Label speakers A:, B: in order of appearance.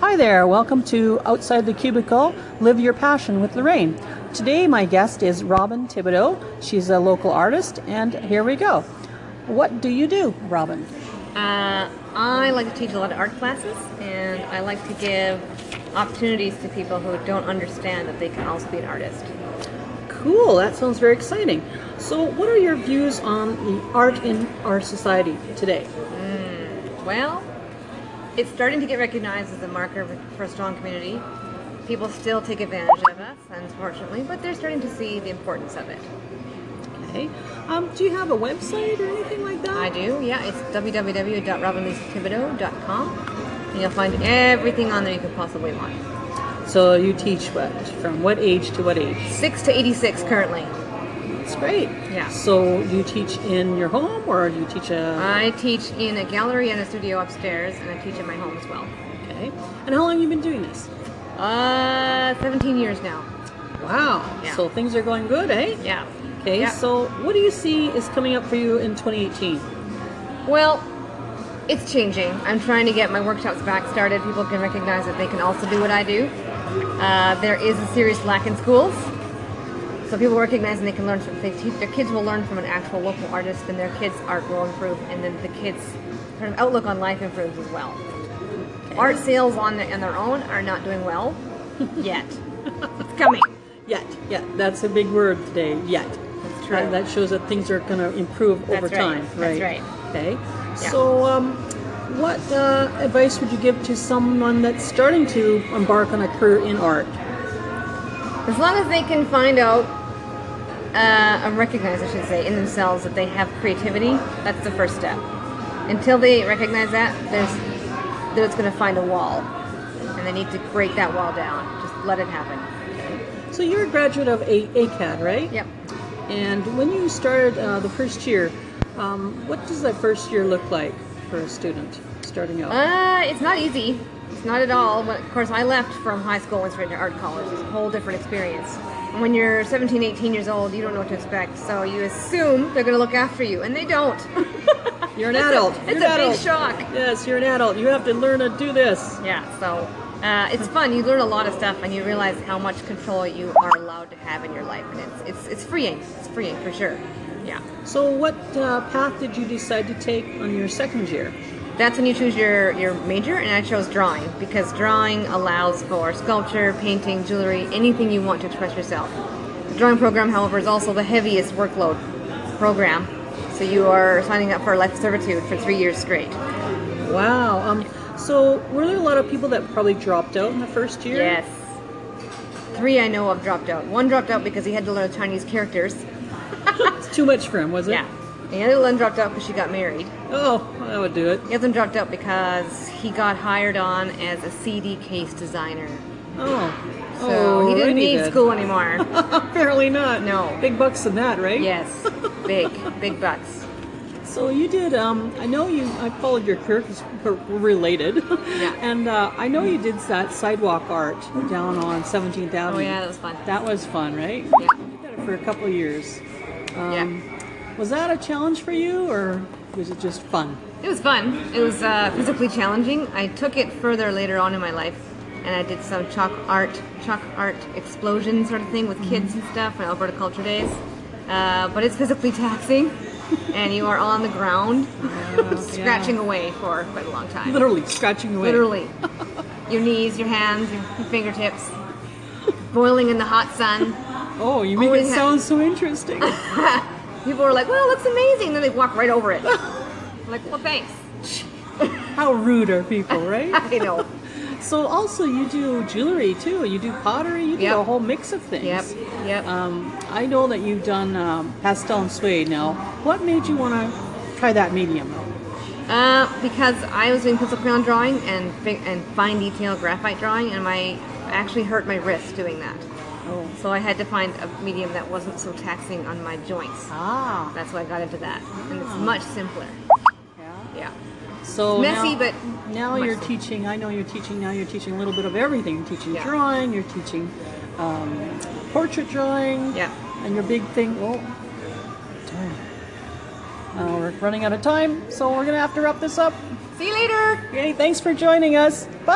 A: Hi there, welcome to Outside the Cubicle Live Your Passion with Lorraine. Today, my guest is Robin Thibodeau. She's a local artist, and here we go. What do you do, Robin?
B: Uh, I like to teach a lot of art classes, and I like to give opportunities to people who don't understand that they can also be an artist.
A: Cool, that sounds very exciting. So, what are your views on the art in our society today?
B: Well, it's starting to get recognized as a marker for a strong community. People still take advantage of us, unfortunately, but they're starting to see the importance of it.
A: Okay. Um, do you have a website or anything like that?
B: I do, yeah, it's www.robinlisathibodeau.com. And you'll find everything on there you could possibly want.
A: So, you teach what? From what age to what age?
B: 6 to 86 currently.
A: That's great.
B: Yeah.
A: So, do you teach in your home or do you teach a.
B: I teach in a gallery and a studio upstairs, and I teach in my home as well.
A: okay. And how long have you been doing this?
B: Uh, 17 years now.
A: Wow.
B: Yeah.
A: So things are going good, eh?
B: Yeah.
A: Okay,
B: Yeah.
A: so what do you see is coming up for you in 2018?
B: Well, it's changing. I'm trying to get my workshops back started. People can recognize that they can also do what I do. Uh, there is a serious lack in schools. So people recognize and they can learn from they teach, their kids will learn from an actual local artist and their kids' art will improve and then the kids' sort of outlook on life improves as well. Art sales on, the, on their own are not doing well yet. it's coming.
A: Yet, yet. That's a big word today, yet.
B: That's
A: That,
B: true.
A: that shows that things are going to improve over
B: That's right.
A: time, right?
B: That's right.
A: Okay. So, um, what uh, advice would you give to someone that's starting to embark on a career in art?
B: As long as they can find out uh, and recognize, I should say, in themselves that they have creativity, that's the first step. Until they recognize that, there's they're just going to find a wall, and they need to break that wall down. Just let it happen.
A: So, you're a graduate of a- ACAD, right?
B: Yep.
A: And when you started uh, the first year, um, what does that first year look like for a student starting out?
B: Uh, it's not easy. It's not at all. But of course, I left from high school and straight to art college. It's a whole different experience. And when you're 17, 18 years old, you don't know what to expect. So you assume they're going to look after you, and they don't.
A: You're an
B: It's a-
A: adult.
B: it's
A: You're an
B: a big
A: adult.
B: shock.
A: Yes, you're an adult. You have to learn to do this.
B: Yeah, so uh, it's fun. You learn a lot of stuff, and you realize how much control you are allowed to have in your life, and it's it's, it's freeing. It's freeing for sure. Yeah,
A: So, what uh, path did you decide to take on your second year?
B: that's when you choose your your major, and I chose drawing because drawing allows for sculpture, painting, jewelry, anything you want to express yourself. The drawing program, however, is also the heaviest workload program, so you are signing up for life servitude for three years straight.
A: Wow. Um, so, were there a lot of people that probably dropped out in the first year?
B: Yes. Three I know of dropped out. One dropped out because he had to learn Chinese characters.
A: It's too much for him, was it?
B: Yeah. The other one dropped out because she got married.
A: Oh, that would do it.
B: The other one dropped out because he got hired on as a CD case designer.
A: Oh.
B: So
A: oh,
B: he didn't
A: righty
B: need
A: then.
B: school anymore.
A: Apparently not.
B: No.
A: Big bucks in that, right?
B: yes. Big, big bucks.
A: So you did. Um, I know you. I followed your career because we're we're related.
B: Yeah.
A: And uh, I know you did that sidewalk art down on 17th Avenue.
B: Oh, yeah, that was fun.
A: That was fun, right?
B: Yeah.
A: You did it for a couple of years. Um,
B: yeah.
A: Was that a challenge for you, or was it just fun?
B: It was fun. It was uh, physically challenging. I took it further later on in my life, and I did some chalk art, chalk art explosion sort of thing with kids and stuff for Alberta Culture Days. Uh, but it's physically taxing, and you are on the ground, Uh, scratching away for quite a long time.
A: Literally scratching away.
B: Literally, your knees, your hands, your fingertips, boiling in the hot sun.
A: Oh, you make it
B: Always ha-
A: sound so interesting.
B: People were like, "Well, it looks amazing," then they walk right over it. like, well, thanks.
A: How rude are people, right?
B: I know.
A: so also you do jewelry too. You do pottery. You do
B: Yep.
A: a whole mix of things.
B: Yep. Yep.
A: Um, I know that you've done um, pastel and suede. Now, what made you want to try that medium?
B: Uh, because I was doing pencil crayon drawing and fi- and fine detail graphite drawing, and my I actually hurt my wrist doing that.
A: Oh.
B: So I had to find a medium that wasn't so taxing on my joints.
A: Ah.
B: That's why I got into that, and it's much simpler.
A: Yeah.
B: Yeah,
A: So
B: messy,
A: now,
B: but
A: now
B: much
A: you're
B: simpler.
A: teaching. I know you're teaching. Now you're teaching a little bit of everything. You're teaching
B: Yeah.
A: drawing. You're teaching um, portrait drawing.
B: Yeah.
A: And your big thing. Oh, darn. Uh, we're running out of time, so we're gonna have to wrap this up.
B: See you later.
A: Okay. Thanks for joining us. Bye.